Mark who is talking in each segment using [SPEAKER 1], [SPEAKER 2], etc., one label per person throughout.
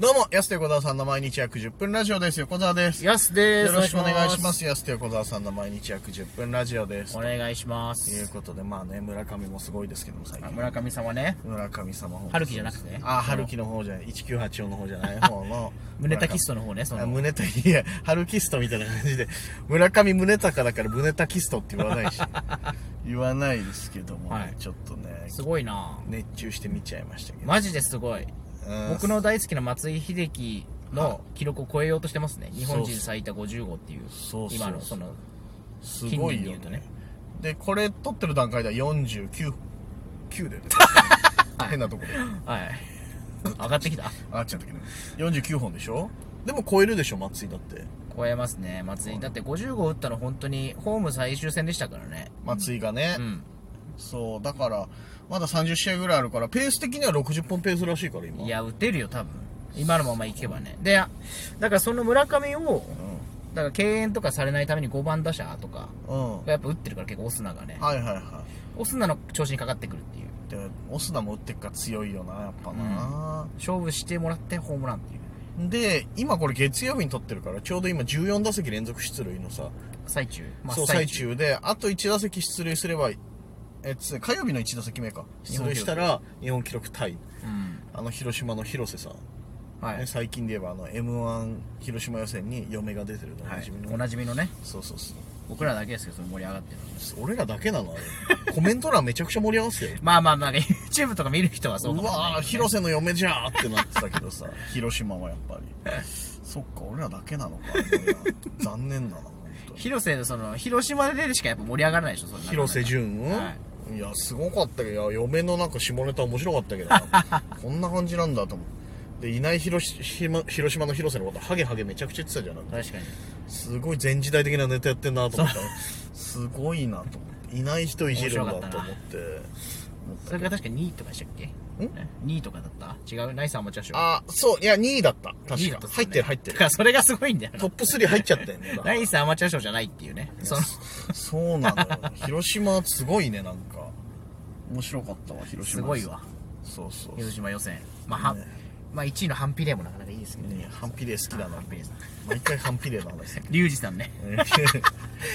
[SPEAKER 1] どうも、安手小沢さんの毎日約10分ラジオです。横澤です。よ
[SPEAKER 2] やすです。
[SPEAKER 1] ろしくお願いします。。安手小沢さんの毎日約10分ラジオです。
[SPEAKER 2] お
[SPEAKER 1] と
[SPEAKER 2] 願いしま
[SPEAKER 1] いう
[SPEAKER 2] す。
[SPEAKER 1] ことで、まあね、村上もすごいですけども、最
[SPEAKER 2] あ
[SPEAKER 1] 近。
[SPEAKER 2] 村上さんはね、
[SPEAKER 1] 村上様方。
[SPEAKER 2] 春樹じゃなくてね。
[SPEAKER 1] あ、春樹の方じゃない。1984の方じゃない方の
[SPEAKER 2] 胸タキストの方ね、そ
[SPEAKER 1] あ
[SPEAKER 2] の。
[SPEAKER 1] 胸たいや、春キストみたいな感じで、村上宗隆だから胸たキストって言わ ないし、言わないですけども、
[SPEAKER 2] はい
[SPEAKER 1] ちょっとね、
[SPEAKER 2] すごいな
[SPEAKER 1] 熱中して見ちゃいましたけど。
[SPEAKER 2] マジですごい。
[SPEAKER 1] うん
[SPEAKER 2] 僕の大好きな松井秀喜
[SPEAKER 1] はい
[SPEAKER 2] の記録を超えようとしてますね。日本
[SPEAKER 1] そう
[SPEAKER 2] 人
[SPEAKER 1] そう
[SPEAKER 2] 最多50号っていう。
[SPEAKER 1] そうそう
[SPEAKER 2] 今の、その、
[SPEAKER 1] すごい
[SPEAKER 2] 近年で
[SPEAKER 1] よ
[SPEAKER 2] 言
[SPEAKER 1] ね
[SPEAKER 2] うとね
[SPEAKER 1] でこれ撮ってる段階では49 9だよね 変なとこで
[SPEAKER 2] はい。上がってきた。
[SPEAKER 1] あっちゃったけど49本でしょでも超えるでしょ松井だって
[SPEAKER 2] 超えますね、松井。だって50号打ったの本当にホーム最終戦でしたからね。
[SPEAKER 1] 松井がね、
[SPEAKER 2] うん。
[SPEAKER 1] そうだからまだ30試合ぐらいあるからペース的には60本ペースらしいから今
[SPEAKER 2] いや、打てるよ、多分。今のままいけばね。で、あだからその村上を、だから敬遠とかされないために5番打者とか、
[SPEAKER 1] うん、うん、はい
[SPEAKER 2] やっぱ打ってるから結構オスナがね。
[SPEAKER 1] はいは
[SPEAKER 2] オスナの調子にかかってくるっていう。
[SPEAKER 1] いでオスナも打ってっから強いよなやっぱな、
[SPEAKER 2] 勝負してもらってホームランっていう。
[SPEAKER 1] で今これ月曜日に撮ってるからちょうど今14打席連続出塁のさ
[SPEAKER 2] 最中。
[SPEAKER 1] そう最。中であと1打席出塁すればえつ火曜日の1打席目か
[SPEAKER 2] 日
[SPEAKER 1] 出
[SPEAKER 2] 本記録
[SPEAKER 1] 塁したら日本記録タイ
[SPEAKER 2] うん。
[SPEAKER 1] あの広島の広瀬さん、
[SPEAKER 2] は
[SPEAKER 1] ね
[SPEAKER 2] い。
[SPEAKER 1] 最近で言えばあの m 1広島予選に嫁が出てるのお
[SPEAKER 2] は
[SPEAKER 1] なじ
[SPEAKER 2] い
[SPEAKER 1] みの、
[SPEAKER 2] おなじみのね、
[SPEAKER 1] そうそうそう
[SPEAKER 2] 僕らだけですけど、その盛り上がってるの。
[SPEAKER 1] 俺らだけなのあれ コメント欄めちゃくちゃ盛り上がってたよ
[SPEAKER 2] まあまあまあ、YouTube とか見る人はそう
[SPEAKER 1] う
[SPEAKER 2] かもしれない
[SPEAKER 1] わー
[SPEAKER 2] けどね
[SPEAKER 1] 広瀬の嫁じゃーってなってたけどさ 広島はやっぱり そっか俺らだけなのか俺ら残念だな本当に
[SPEAKER 2] 広瀬、その、広島で出るしかやっぱ盛り上がらないでしょ、それ
[SPEAKER 1] 広瀬純、
[SPEAKER 2] はい
[SPEAKER 1] やすごかったけどいや嫁のなんか下ネタ面白かったけどな こんな感じなんだと思ってでいない広島広島の広瀬のことハゲハゲめちゃくちゃ言ってたじゃなくて
[SPEAKER 2] 確かに。
[SPEAKER 1] すごい前時代的なネタやってんなと思った すごいなと思っていない人いじるんだと思って思った
[SPEAKER 2] それが確か2位とかでしたっけ
[SPEAKER 1] ん
[SPEAKER 2] ?2 位とかだった違うナイスアマチュア賞。
[SPEAKER 1] あそういや2位だった
[SPEAKER 2] 2
[SPEAKER 1] 確
[SPEAKER 2] 位だ
[SPEAKER 1] か
[SPEAKER 2] ったす
[SPEAKER 1] 入
[SPEAKER 2] よね
[SPEAKER 1] ってる入って
[SPEAKER 2] だ
[SPEAKER 1] る
[SPEAKER 2] からそれがすごいんだよ
[SPEAKER 1] ト
[SPEAKER 2] な
[SPEAKER 1] ッ。プ3入っちゃったよね
[SPEAKER 2] ナイスアマチュア賞じ ゃないっていうね。その、
[SPEAKER 1] そうなのよ広島すごいねなんか面白かったわ広島
[SPEAKER 2] すごいわ。
[SPEAKER 1] そうそうそう
[SPEAKER 2] 広島予選。まあ、は
[SPEAKER 1] ね
[SPEAKER 2] まあ1位の反比例もなかなかいいですけどね。
[SPEAKER 1] ねハンピレー好きだな
[SPEAKER 2] 反比例さん。
[SPEAKER 1] 毎回ハンピレーの話
[SPEAKER 2] リュウジさんね。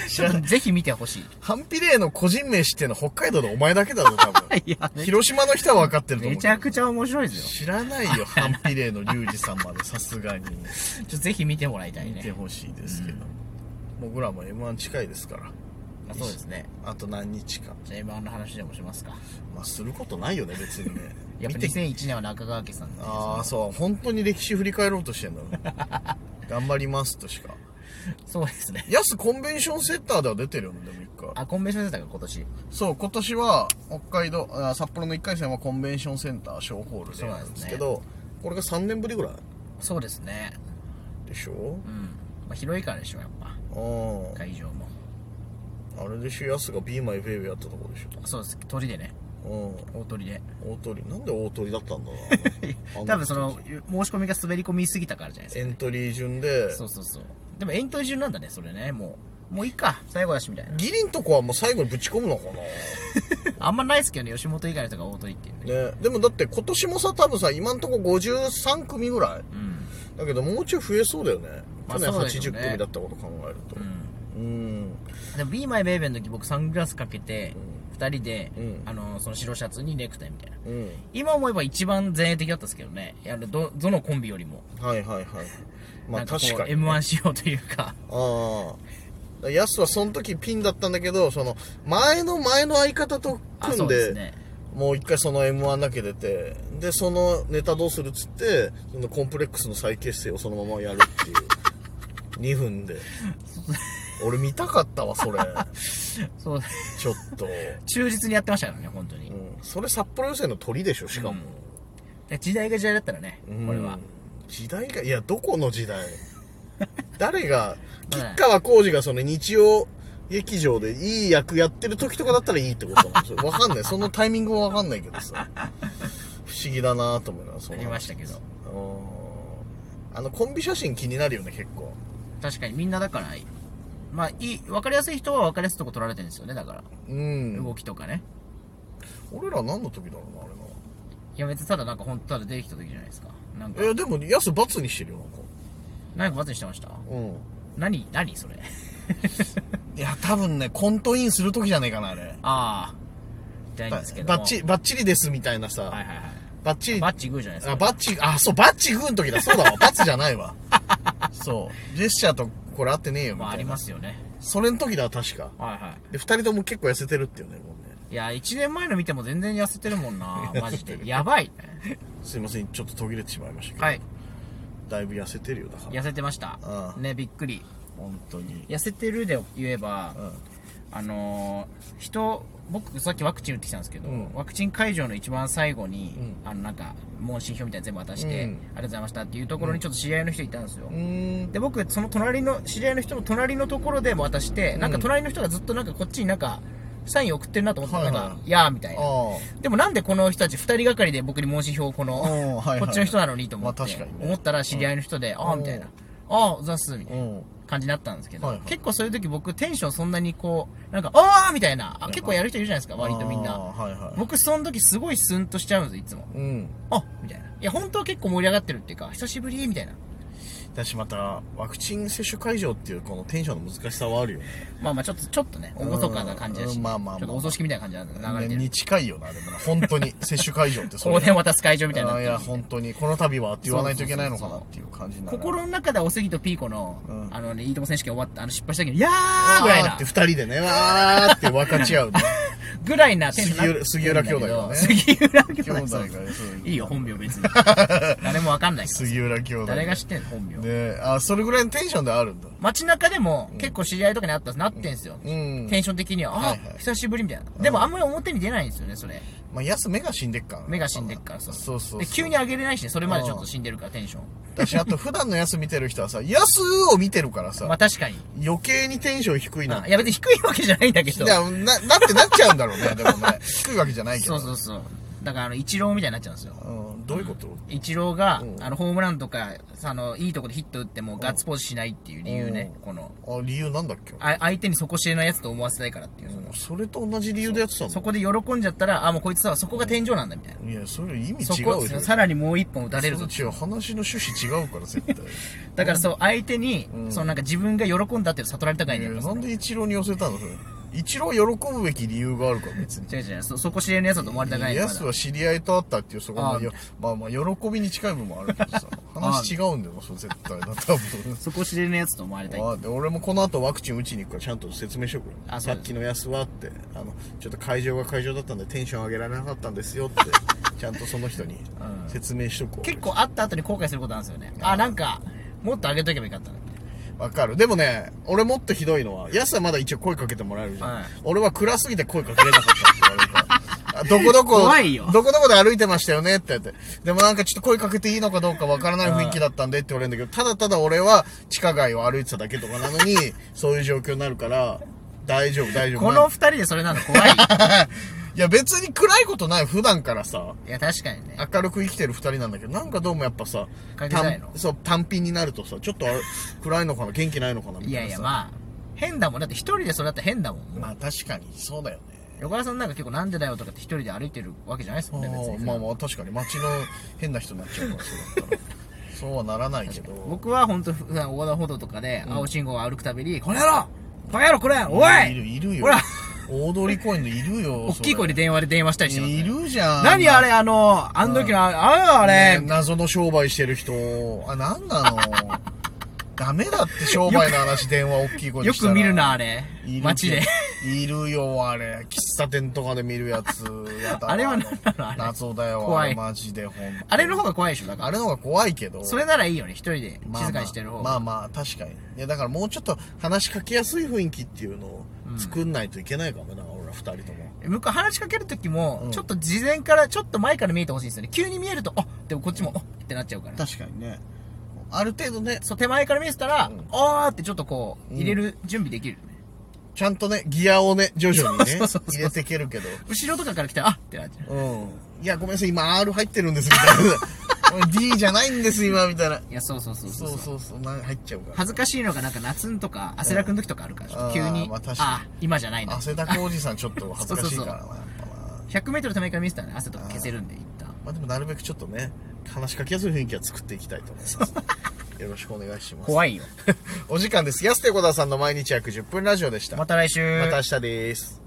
[SPEAKER 1] 知らない
[SPEAKER 2] ぜひ見てほしい。
[SPEAKER 1] ハンピレーの個人名知ってんの北海道でお前だけだぞ多 分
[SPEAKER 2] いや、
[SPEAKER 1] 広島の人は分かってると思う
[SPEAKER 2] めちゃくちゃ面白いです
[SPEAKER 1] 知ら ないよハンピレーのリュウジさんまでさすがに
[SPEAKER 2] よ。ちょっとぜひ見てもらいたい
[SPEAKER 1] 見て
[SPEAKER 2] ね。
[SPEAKER 1] ほしいですけど、僕らも m 1近いですから
[SPEAKER 2] あそうですね。
[SPEAKER 1] あと何日か
[SPEAKER 2] じゃあ M1 の話でもしますか。
[SPEAKER 1] まあすることないよね別にね
[SPEAKER 2] やっぱ
[SPEAKER 1] 見て
[SPEAKER 2] 2001年は中川家さんで
[SPEAKER 1] ああそう本当に歴史振り返ろうとしてんだろ頑張りますとしか
[SPEAKER 2] そうですね。
[SPEAKER 1] ヤスコンベンションセンターでは出てるよねでも一回
[SPEAKER 2] あ、コンベンションセンターが今年。
[SPEAKER 1] そう、今年は北海道、あ札幌の1回戦はコンベンションセンター小ホールで
[SPEAKER 2] そう
[SPEAKER 1] や
[SPEAKER 2] な
[SPEAKER 1] るん
[SPEAKER 2] ん
[SPEAKER 1] で
[SPEAKER 2] ですす
[SPEAKER 1] け
[SPEAKER 2] ね
[SPEAKER 1] ど、これが3年ぶりぐらい
[SPEAKER 2] そうですね。
[SPEAKER 1] でしょ
[SPEAKER 2] うん。まあ、広いからでしょ、やっぱ。
[SPEAKER 1] あ
[SPEAKER 2] 会場も。
[SPEAKER 1] あ、あれでしょ、ヤスが Be My Baby やったとこでし
[SPEAKER 2] そうです。鳥でね。
[SPEAKER 1] ょ。
[SPEAKER 2] 大鳥 で。
[SPEAKER 1] うん。大鳥、なんで大鳥だったんだろ うな。
[SPEAKER 2] 多分そ
[SPEAKER 1] あ
[SPEAKER 2] の、
[SPEAKER 1] 時
[SPEAKER 2] 申し込みが滑り込みすぎたからじゃないですか
[SPEAKER 1] エントリー順で、
[SPEAKER 2] そうそうそう。でもエントリー順なんだね、それね。もう、もういいか、最後だしみたい な。
[SPEAKER 1] ギリんとこはもう最後にぶち込むのかな。
[SPEAKER 2] あんまないですけどね、吉本以外の人が大鳥っていうね。
[SPEAKER 1] ね、でもだって今年もさ、多分さ、今んとこ53組ぐらい。
[SPEAKER 2] うん。
[SPEAKER 1] だけどもうちょい増えそうだよね。
[SPEAKER 2] ま
[SPEAKER 1] 去
[SPEAKER 2] あ
[SPEAKER 1] 年
[SPEAKER 2] そうでしょ
[SPEAKER 1] 80
[SPEAKER 2] うね
[SPEAKER 1] 組だったこと考えると。
[SPEAKER 2] うん。
[SPEAKER 1] うん。
[SPEAKER 2] でも、ビーマイベイベーの時僕サングラスかけて、二人で、
[SPEAKER 1] うん
[SPEAKER 2] あの、その白シャツにネクタイみたいな。
[SPEAKER 1] うん。
[SPEAKER 2] 今思えば一番前衛的だったですけどね。いやど、どのコンビよりも。
[SPEAKER 1] はいはいはい。ま
[SPEAKER 2] な
[SPEAKER 1] あ
[SPEAKER 2] んかこ
[SPEAKER 1] 確
[SPEAKER 2] う
[SPEAKER 1] かに。
[SPEAKER 2] M1 仕様というか。
[SPEAKER 1] ああ。ヤスはその時ピンだったんだけど、その前の前の相方と
[SPEAKER 2] あ、
[SPEAKER 1] 組
[SPEAKER 2] そ
[SPEAKER 1] ん
[SPEAKER 2] う
[SPEAKER 1] で、
[SPEAKER 2] ですね。
[SPEAKER 1] もう一回その M1 だけ出て、で、そのネタどうするっつって、そのコンプレックスの再結成をそのままやる っていう。2分で。俺見たかったわ、 それ。
[SPEAKER 2] そう、
[SPEAKER 1] ちょっと。
[SPEAKER 2] 忠実にやってましたからね、本当に。
[SPEAKER 1] うん。それ札幌予選の鳥でしょ、しかも。
[SPEAKER 2] で時代が時代だったらね、これは。
[SPEAKER 1] 時代がいやどこの時代誰 が吉川晃司がその日曜劇場でいい役やってる時とかだったらいいってこと なんですよわかんないそのタイミングはわかんないけどさ不思議だなと思いながらそ
[SPEAKER 2] あ
[SPEAKER 1] の
[SPEAKER 2] りましたけど。
[SPEAKER 1] うんあのコンビ写真気になるよね結構
[SPEAKER 2] 確かにみんなだから、まあ、いい、わかりやすい人はわかりやすいとこ取られてるんですよね、だから。
[SPEAKER 1] うん
[SPEAKER 2] 動きとかね。
[SPEAKER 1] 俺ら何の時だろうなあれな
[SPEAKER 2] いや別にただなんか本当ただ出てきた時じゃないですかなんか
[SPEAKER 1] いや、でも、ヤス罰にしてるよ、なんか。
[SPEAKER 2] 何か罰にしてました
[SPEAKER 1] う
[SPEAKER 2] 何何それ
[SPEAKER 1] ん。いや、多分ね、コントインするときじゃねえかな、あれ。
[SPEAKER 2] ああじゃないんですけども
[SPEAKER 1] バッチ、バッチリですみたいなさ、
[SPEAKER 2] はいはいはい
[SPEAKER 1] バッチリ、
[SPEAKER 2] バッチグーじゃないです
[SPEAKER 1] あ、
[SPEAKER 2] か
[SPEAKER 1] バッチ、あ、そう、バッチグーの時だ、そうだ わ、バツじゃないわ。そう。ジェスチャーとこれ合ってねえよ、みたいな。
[SPEAKER 2] まあありますよね
[SPEAKER 1] それの時だ、確か。
[SPEAKER 2] はいはい
[SPEAKER 1] で、二人とも結構痩せてるっていうね、もうね。
[SPEAKER 2] いや、1年前の見ても全然痩せてるも んな、マジで。やばい。
[SPEAKER 1] すいません、ちょっと途切れてしまいましたけど。
[SPEAKER 2] はい。
[SPEAKER 1] だいぶ痩せてるよ、だから。
[SPEAKER 2] 痩せてました
[SPEAKER 1] あ。あ
[SPEAKER 2] ね、びっくり。
[SPEAKER 1] 本当に。
[SPEAKER 2] 痩せてるで言えば
[SPEAKER 1] う、ん。
[SPEAKER 2] あのー人、僕さっきワクチン打ってきたんですけど、
[SPEAKER 1] うん
[SPEAKER 2] ワクチン会場の一番最後に、
[SPEAKER 1] うん
[SPEAKER 2] あの、なんか、問診票みたいなの全部渡して、
[SPEAKER 1] うん
[SPEAKER 2] ありがとうございましたっていうところにちょっと知り合いの人いたんですよ。
[SPEAKER 1] うーん。
[SPEAKER 2] で、僕、その隣の、知り合いの人の隣のところでも渡して、なんか隣の人がずっとなんかこっちになんか、サイン送ってるなと思って、
[SPEAKER 1] はいはい
[SPEAKER 2] なんか、いやーみたい
[SPEAKER 1] あ
[SPEAKER 2] な。でもなんでこの人たち二人がかりで僕に問診票をこの、
[SPEAKER 1] あ。うん、はい、はい。
[SPEAKER 2] こっちの人なのにと思って、
[SPEAKER 1] まあ確かにね
[SPEAKER 2] 思ったら知り合いの人で、ああ、みたいな。ああ、ざっす、みた
[SPEAKER 1] う。
[SPEAKER 2] いなん感じになったんですけど、
[SPEAKER 1] はいはい
[SPEAKER 2] 結構そういう時僕テンションそんなにこう、なんか、ああみたいな、あ結構やる人いるじゃないですか、割とみん
[SPEAKER 1] あ
[SPEAKER 2] な。
[SPEAKER 1] ーはいはい。
[SPEAKER 2] 僕その時すごいスンとしちゃうんです、いつも。
[SPEAKER 1] うん。
[SPEAKER 2] あみたいな。いや、本当は結構盛り上がってるっていうか、久しぶりみたいな。
[SPEAKER 1] だしまた、ワクチン接種会場っていうこのテンションの難しさはあるよね。
[SPEAKER 2] まあまあ、ちょっと、ちょっとね、厳かな感じだし、
[SPEAKER 1] うんまあまあまあ
[SPEAKER 2] ちょっとお葬式みたいな感じなんで流れてる。
[SPEAKER 1] に近いよな、でもな。本当 に。接種会場って
[SPEAKER 2] 香典渡す会場
[SPEAKER 1] み
[SPEAKER 2] みたいになっ
[SPEAKER 1] い
[SPEAKER 2] てる
[SPEAKER 1] や、本当に。この度はって言わないといけないのかなっていう感じになる。
[SPEAKER 2] 心の中でおすぎとピーコの、
[SPEAKER 1] うん
[SPEAKER 2] あのね、いいとも選手権終わった、あの失敗した時に、いや
[SPEAKER 1] あ
[SPEAKER 2] ー
[SPEAKER 1] ー
[SPEAKER 2] ぐらいな
[SPEAKER 1] って。二人でね、わーって分かち合う ね。
[SPEAKER 2] ぐらいなテンションにな
[SPEAKER 1] 杉浦杉浦兄弟がね
[SPEAKER 2] 杉浦兄弟
[SPEAKER 1] 兄弟
[SPEAKER 2] そ
[SPEAKER 1] が
[SPEAKER 2] う
[SPEAKER 1] ねそう
[SPEAKER 2] いいよ、本名 別に。誰もわかんないから。
[SPEAKER 1] 杉浦兄弟。
[SPEAKER 2] 誰が知ってんの、本名。
[SPEAKER 1] ねあ、それぐらいのテンションではあるんだ。
[SPEAKER 2] 街中でも、結構知り合いとかにあったなってんすよ。
[SPEAKER 1] うん
[SPEAKER 2] テ。ンション的には、あ、
[SPEAKER 1] はいはい
[SPEAKER 2] 久しぶりみたいな。でもあんまり表に出ないんですよね、それ。
[SPEAKER 1] まあ、やす目が死んでっからね
[SPEAKER 2] 目が死んでっからさ。
[SPEAKER 1] そうそうそう。
[SPEAKER 2] で、急に上げれないしね、それまでちょっと死んでるから、テンション。
[SPEAKER 1] だし、あと普段のやす見てる人はさ、やすを見てるから
[SPEAKER 2] まあ
[SPEAKER 1] さ、
[SPEAKER 2] 確かに。
[SPEAKER 1] 余計にテンション低いな
[SPEAKER 2] あいや別に低いわけじゃないんだけど
[SPEAKER 1] い。や、な、なってなっちゃうんだろうね、でもね。 低いわけじゃないけ
[SPEAKER 2] そ
[SPEAKER 1] ど。
[SPEAKER 2] うそうそう。だから、あの、一郎みたいになっちゃうんですよ。
[SPEAKER 1] うん、どういうこと
[SPEAKER 2] イチローが、
[SPEAKER 1] うん
[SPEAKER 2] あのホームランとかあのいいとこでヒット打ってもガッツポーズしないっていう理由ね、
[SPEAKER 1] うん
[SPEAKER 2] この
[SPEAKER 1] あ、理由なんだっけ
[SPEAKER 2] あ相手に底知れないやつと思わせたいからっていう、その
[SPEAKER 1] それと同じ理由でやってたの
[SPEAKER 2] そこで喜んじゃったらあもうこいつはそこが天井なんだみたいな、
[SPEAKER 1] いや、それ意味
[SPEAKER 2] そ
[SPEAKER 1] 違う
[SPEAKER 2] こ
[SPEAKER 1] でしょ。
[SPEAKER 2] さらにもう一本打たれるぞ
[SPEAKER 1] その違う、話の趣旨違うから、絶対。
[SPEAKER 2] だからそう相手に、
[SPEAKER 1] うん
[SPEAKER 2] そのなんか自分が喜んだっていうの悟られたかい
[SPEAKER 1] い
[SPEAKER 2] ね
[SPEAKER 1] や
[SPEAKER 2] やっぱ
[SPEAKER 1] な
[SPEAKER 2] そ
[SPEAKER 1] ん
[SPEAKER 2] の
[SPEAKER 1] で一郎に寄せたのそれ。一郎喜ぶべき理由があるから、別に。
[SPEAKER 2] 違う違うそそこ知れないやつだと思われたくない
[SPEAKER 1] やすは知り合いと会ったっていう、そこ
[SPEAKER 2] あ
[SPEAKER 1] ま
[SPEAKER 2] ー
[SPEAKER 1] でよ、まあまあ、喜びに近い部分もあるけど さ、話違うんだよな、それ絶対な、多分。
[SPEAKER 2] そこ知れないやつと思われたい
[SPEAKER 1] まあ、で俺もこの後ワクチン打ちに行くからちゃんと説明しよう
[SPEAKER 2] あそ
[SPEAKER 1] さ
[SPEAKER 2] う
[SPEAKER 1] っ
[SPEAKER 2] です
[SPEAKER 1] きのやすはってあのちょっと会場が会場だったんでテンション上げられなかったんです よってちゃんとその人に
[SPEAKER 2] ん
[SPEAKER 1] 説明しとこう
[SPEAKER 2] 結構会った後に後悔することなんですよねあなんかもっと上げとけばよかったなみたいな
[SPEAKER 1] わかる。でもね、俺もっとひどいのは、ヤスはまだ一応声かけてもらえるじゃん。
[SPEAKER 2] はい
[SPEAKER 1] 俺は暗すぎて声かけれなかったって言われる から。あどこどこ、
[SPEAKER 2] 怖いよ
[SPEAKER 1] どこどこで歩いてましたよねって言って。でもなんかちょっと声かけていいのかどうかわからない雰囲気だったんでって言われるんだけど、ただただ俺は地下街を歩いてただけとかなの に、そういう状況になるから、大丈夫、大丈夫。
[SPEAKER 2] こ
[SPEAKER 1] な
[SPEAKER 2] の
[SPEAKER 1] ん
[SPEAKER 2] 二人でそれなの怖い
[SPEAKER 1] いや別に暗いことない、普段からさ。
[SPEAKER 2] いや確かにね
[SPEAKER 1] 明るく生きてる二人なんだけど、なんかどうもやっぱさ、
[SPEAKER 2] かけたいの
[SPEAKER 1] 単そう、単品になるとさ、ちょっとあれ暗いのかな、元気ないのかな、みたい
[SPEAKER 2] い
[SPEAKER 1] な
[SPEAKER 2] や
[SPEAKER 1] さ。
[SPEAKER 2] いやまあ変だもんだって一人でそれだったら変だもん
[SPEAKER 1] まあ確かにそうだよね。
[SPEAKER 2] 横原さんなんか結構なんでだよとかって一人で歩いてるわけじゃないですもんね別に
[SPEAKER 1] まあまあ確かに街の変な人になっちゃうからそうだったら そうはならないけど。
[SPEAKER 2] 僕は本当普段横断歩道とかで青信号を歩くたびに「この野郎この野郎これお
[SPEAKER 1] いる
[SPEAKER 2] い!
[SPEAKER 1] いるよ。
[SPEAKER 2] ほら
[SPEAKER 1] 大通公園でいるよ。」
[SPEAKER 2] 大きい声で電話で電話したりして
[SPEAKER 1] そ
[SPEAKER 2] ま
[SPEAKER 1] れ
[SPEAKER 2] す、ね、
[SPEAKER 1] いるじゃん。
[SPEAKER 2] 何あれあのあの時のああれあれ、
[SPEAKER 1] ね謎の商売してる人。あ、なんなの ダメだって商売の話電話大きい声で
[SPEAKER 2] よ
[SPEAKER 1] したら
[SPEAKER 2] く見るなあ。れ
[SPEAKER 1] いるけど
[SPEAKER 2] 街で。
[SPEAKER 1] いるよ、あれ。喫茶店とかで見るやつ。やだわ
[SPEAKER 2] あれは何なのあれ
[SPEAKER 1] 謎だよ、
[SPEAKER 2] 怖い
[SPEAKER 1] あれマジで、ほんと
[SPEAKER 2] あれの方が怖いでしょだか
[SPEAKER 1] あ
[SPEAKER 2] ら
[SPEAKER 1] れの方が怖いけど。
[SPEAKER 2] それならいいよね一人で
[SPEAKER 1] まあまあ
[SPEAKER 2] 静かにしてる方が、
[SPEAKER 1] まあまあ確かにいやだからもうちょっと話しかけやすい雰囲気っていうのを作んないといけないかもな、俺ら二人とも
[SPEAKER 2] 向こう話しかける時も、
[SPEAKER 1] うん
[SPEAKER 2] ちょっと事前からちょっと前から見えてほしいんですよね急に見えるとあでもこっちもあってなっちゃうから
[SPEAKER 1] 確かにねある程度ね
[SPEAKER 2] そう手前から見せたら、
[SPEAKER 1] うん
[SPEAKER 2] あーってちょっとこう
[SPEAKER 1] うん
[SPEAKER 2] 入れる準備できる、ね
[SPEAKER 1] ちゃんとねギアをね徐々にね
[SPEAKER 2] そうそうそうそう
[SPEAKER 1] 入れていけるけど
[SPEAKER 2] 後ろとかから来たらあってなっちゃう
[SPEAKER 1] うんいやごめんなさい今 R 入ってるんですみた いな D じゃないんです今みたいない
[SPEAKER 2] やそうそうそうそう
[SPEAKER 1] そ
[SPEAKER 2] そうう
[SPEAKER 1] そうそうな入っちゃうから
[SPEAKER 2] 恥ずかしいのがなんか夏んとか汗だくん時とかあるから、ちょっと急
[SPEAKER 1] あー
[SPEAKER 2] に、
[SPEAKER 1] まあ
[SPEAKER 2] あ、
[SPEAKER 1] 確かに
[SPEAKER 2] 今じゃないな
[SPEAKER 1] 汗だくおじさんちょっと恥ずかしいからな
[SPEAKER 2] そ
[SPEAKER 1] やっぱな
[SPEAKER 2] 100m 手前から見せたらね汗とか消せるんで一旦
[SPEAKER 1] まあでもなるべくちょっとね、話しかけやすい雰囲気は作っていきたいと思います。よろしくお願いします。
[SPEAKER 2] 怖いよ。
[SPEAKER 1] お時間です。安手小田さんの毎日約10分ラジオでした。
[SPEAKER 2] また来週。
[SPEAKER 1] また明日です。